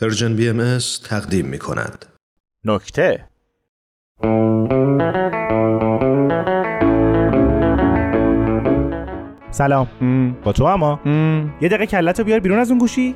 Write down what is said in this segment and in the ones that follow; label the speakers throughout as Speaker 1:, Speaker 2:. Speaker 1: پرژن بی ام از تقدیم می کند.
Speaker 2: نکته سلام با تو اما یه دقیقه کلتو بیار بیرون از اون گوشی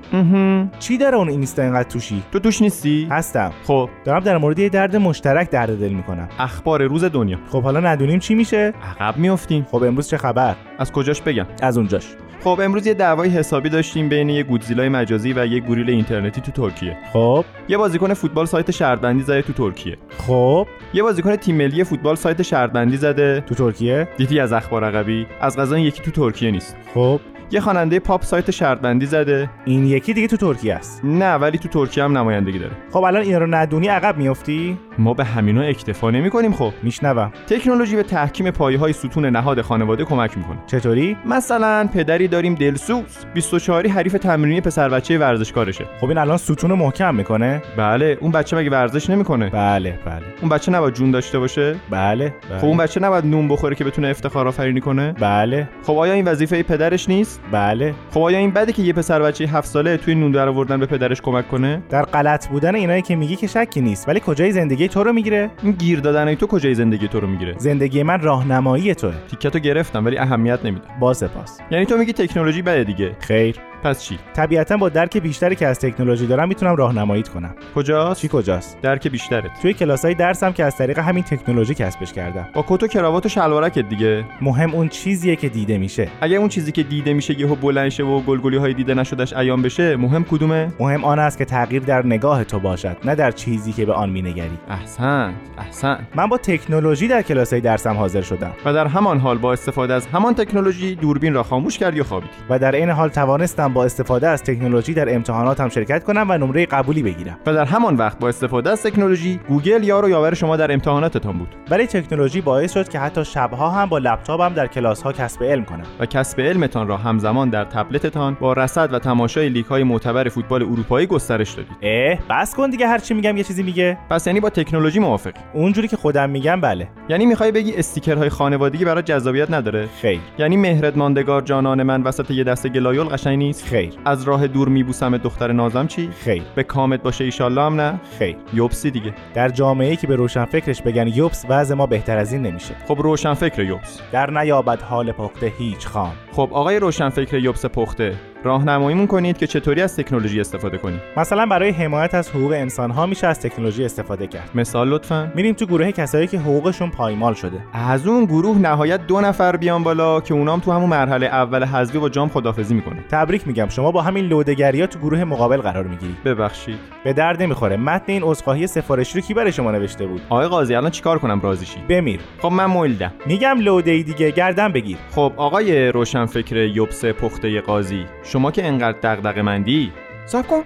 Speaker 2: چی داره اون اینستا اینقدر توشی
Speaker 3: تو توش نیستی؟
Speaker 2: هستم
Speaker 3: خب
Speaker 2: دارم در مورد یه درد مشترک درد دل میکنم
Speaker 3: اخبار روز دنیا
Speaker 2: خب حالا ندونیم چی میشه
Speaker 3: عقب میافتیم
Speaker 2: خب امروز چه خبر
Speaker 3: از کجاش بگم
Speaker 2: از اونجاش
Speaker 3: خب امروز یه دعوای حسابی داشتیم بین یه گودزیلای مجازی و یه گوریل اینترنتی تو ترکیه
Speaker 2: خب
Speaker 3: یه بازیکن فوتبال سایت شهروندی زده تو ترکیه
Speaker 2: خب
Speaker 3: یه بازیکن تیم ملی فوتبال سایت شهروندی زده
Speaker 2: تو ترکیه
Speaker 3: دیدی از اخبار عقبی از غذا این یکی تو ترکیه نیست
Speaker 2: خب
Speaker 3: یه خواننده پاپ سایت شهروندی زده
Speaker 2: این یکی دیگه تو ترکیه است
Speaker 3: نه ولی تو ترکیه هم نمایندگی داره
Speaker 2: خب الان اینا رو ندونی عقب میافتی
Speaker 3: ما به همینا اکتفا نمی‌کنیم خب
Speaker 2: میشنوم
Speaker 3: تکنولوژی به تحکیم پایه های ستون نهاد خانواده کمک میکنه
Speaker 2: چطوری
Speaker 3: مثلا پدری داریم دلسوز 24 حریف تمرینی پسر بچه ورزشکارشه
Speaker 2: خب این الان ستون رو محکم میکنه
Speaker 3: بله اون بچه مگه ورزش نمیکنه
Speaker 2: بله بله
Speaker 3: اون بچه نباید جون داشته باشه
Speaker 2: بله
Speaker 3: خب اون بچه نباید نون بخوره که بتونه افتخار آفرینی کنه
Speaker 2: بله
Speaker 3: خب آیا این وظیفه پدرش نیست
Speaker 2: بله
Speaker 3: خب آیا این بده که یه پسر بچه 7 ساله توی نون در آوردن به پدرش کمک کنه
Speaker 2: در غلط بودن اینایی که میگی که شکی نیست ولی کجای زندگی تو رو میگیره
Speaker 3: این گیر دادن تو کجای زندگی تو رو میگیره
Speaker 2: زندگی من راهنمایی توه
Speaker 3: تیکتو گرفتم ولی اهمیت نمیدم
Speaker 2: با سپاس
Speaker 3: یعنی تو میگی تکنولوژی بده دیگه
Speaker 2: خیر
Speaker 3: پس چی
Speaker 2: طبیعتا با درک بیشتری که از تکنولوژی دارم میتونم راهنماییت کنم
Speaker 3: کجاست
Speaker 2: چی کجاست
Speaker 3: درک بیشترت
Speaker 2: توی کلاسای درسم که از طریق همین تکنولوژی کسبش کردم
Speaker 3: با کت و کراوات و شلوارکت دیگه
Speaker 2: مهم اون چیزیه که دیده میشه
Speaker 3: اگه اون چیزی که دیده میشه یهو بلند شه و گلگلی های دیده نشدش ایام بشه مهم کدومه
Speaker 2: مهم آن است که تغییر در نگاه تو باشد نه در چیزی که به آن مینگری
Speaker 3: احسن احسن
Speaker 2: من با تکنولوژی در کلاسای درسم حاضر شدم
Speaker 3: و در همان حال با استفاده از همان تکنولوژی دوربین را خاموش کردی و خوابیدی
Speaker 2: و در عین حال توانستم با استفاده از تکنولوژی در امتحاناتم شرکت کنم و نمره قبولی بگیرم
Speaker 3: و در همان وقت با استفاده از تکنولوژی گوگل یار و یاور شما در امتحاناتتان بود
Speaker 2: ولی تکنولوژی باعث شد که حتی شبها هم با لپتاپم در کلاسها کسب علم کنم
Speaker 3: و کسب علمتان را همزمان در تبلتتان با رصد و تماشای لیگ های معتبر فوتبال اروپایی گسترش دادید
Speaker 2: اه بس کن دیگه هر چی میگم یه چیزی میگه
Speaker 3: پس یعنی با تکنولوژی موافقی
Speaker 2: اونجوری که خودم میگم بله
Speaker 3: یعنی میخوای بگی استیکرهای خانوادگی برای جذابیت نداره
Speaker 2: خیر
Speaker 3: یعنی مهرت ماندگار جانان من وسط یه دسته گلایول قشنگ نیست
Speaker 2: خیر
Speaker 3: از راه دور میبوسم دختر نازم چی
Speaker 2: خیر
Speaker 3: به کامت باشه ایشالله هم نه
Speaker 2: خیر
Speaker 3: یوبسی دیگه
Speaker 2: در جامعه که به روشن فکرش بگن یوبس وضع ما بهتر از این نمیشه
Speaker 3: خب روشن فکر یوبس
Speaker 2: در نیابد حال پخته هیچ خام
Speaker 3: خب آقای روشن فکر یوبس پخته راهنماییمون کنید که چطوری از تکنولوژی استفاده کنیم
Speaker 2: مثلا برای حمایت از حقوق انسان ها میشه از تکنولوژی استفاده کرد
Speaker 3: مثال لطفا
Speaker 2: میریم تو گروه کسایی که حقوقشون پایمال شده
Speaker 3: از اون گروه نهایت دو نفر بیان بالا که اونام تو همون مرحله اول حذفی با جام خدافزی میکنه
Speaker 2: تبریک میگم شما با همین لودگری ها تو گروه مقابل قرار میگیری
Speaker 3: ببخشید
Speaker 2: به درد نمیخوره متن این عذرخواهی سفارشی رو کی برای شما نوشته بود
Speaker 3: آقای قاضی الان چیکار کنم راضیشی
Speaker 2: بمیر
Speaker 3: خب من مولدم
Speaker 2: میگم لوده ای دیگه گردن بگیر
Speaker 3: خب آقای روشنفکر یوبس پخته قاضی شما که انقدر دغدغه مندی صاحب کن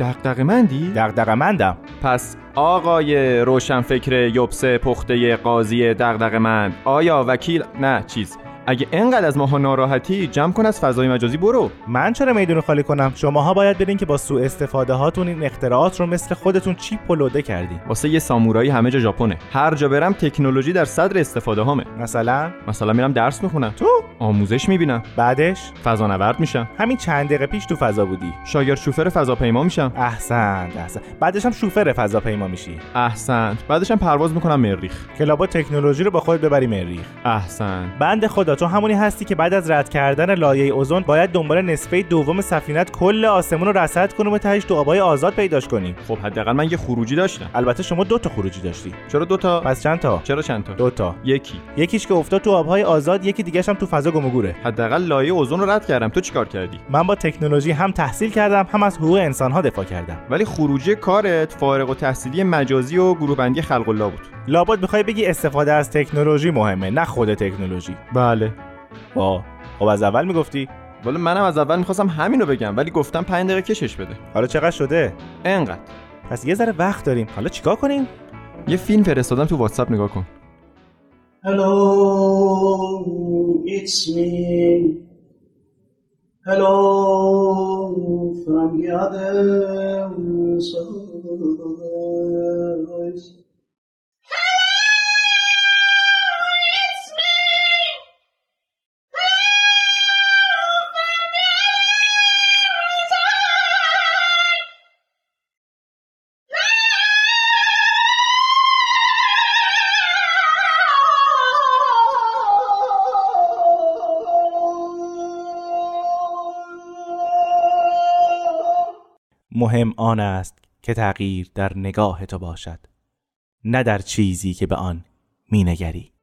Speaker 3: دغدغه مندی
Speaker 2: دغدغه مندم
Speaker 3: پس آقای روشنفکر یوبس پخته قاضی دغدغه مند آیا وکیل نه چیز اگه انقدر از ماها ناراحتی جمع کن از فضای مجازی برو
Speaker 2: من چرا میدون خالی کنم شماها باید برین که با سوء استفاده هاتون این اختراعات رو مثل خودتون چیپ و لوده کردین
Speaker 3: واسه یه سامورایی همه جا ژاپنه هر جا برم تکنولوژی در صدر استفاده هامه
Speaker 2: مثلا
Speaker 3: مثلا میرم درس میخونم
Speaker 2: تو
Speaker 3: آموزش میبینم
Speaker 2: بعدش
Speaker 3: فضانورد میشم
Speaker 2: همین چند دقیقه پیش تو فضا بودی
Speaker 3: شاگرد شوفر فضاپیما میشم
Speaker 2: احسن احسن بعدش هم شوفر فضاپیما میشی
Speaker 3: احسن بعدشم پرواز میکنم مریخ
Speaker 2: کلابا تکنولوژی رو با خود ببری مریخ
Speaker 3: احسن
Speaker 2: بند خدا تو همونی هستی که بعد از رد کردن لایه اوزون باید دنبال نصفه دوم سفینت کل آسمون رو رصد کنیم و تهش تو آبای آزاد پیداش کنیم
Speaker 3: خب حداقل من یه خروجی داشتم
Speaker 2: البته شما دو تا خروجی داشتی
Speaker 3: چرا دوتا
Speaker 2: پس چند تا
Speaker 3: چرا چند تا
Speaker 2: دو تا
Speaker 3: یکی
Speaker 2: یکیش که افتاد تو آبهای آزاد یکی دیگهش هم تو فضا گم و گوره
Speaker 3: حداقل لایه اوزون رو رد کردم تو چیکار کردی
Speaker 2: من با تکنولوژی هم تحصیل کردم هم از حقوق انسانها دفاع کردم
Speaker 3: ولی خروجی کارت فارغ و تحصیلی مجازی و گروه بندی خلق الله بود
Speaker 2: لابد میخوای بگی استفاده از تکنولوژی مهمه نه خود تکنولوژی
Speaker 3: بله
Speaker 2: با خب از اول میگفتی
Speaker 3: ولی منم از اول میخواستم همین رو بگم ولی گفتم پنج دقیقه کشش بده
Speaker 2: حالا چقدر شده
Speaker 3: انقدر
Speaker 2: پس یه ذره وقت داریم حالا چیکار کنیم
Speaker 3: یه فیلم فرستادم تو واتساپ نگاه کن
Speaker 4: Hello, it's me. Hello from the other side.
Speaker 2: مهم آن است که تغییر در نگاه تو باشد نه در چیزی که به آن مینگری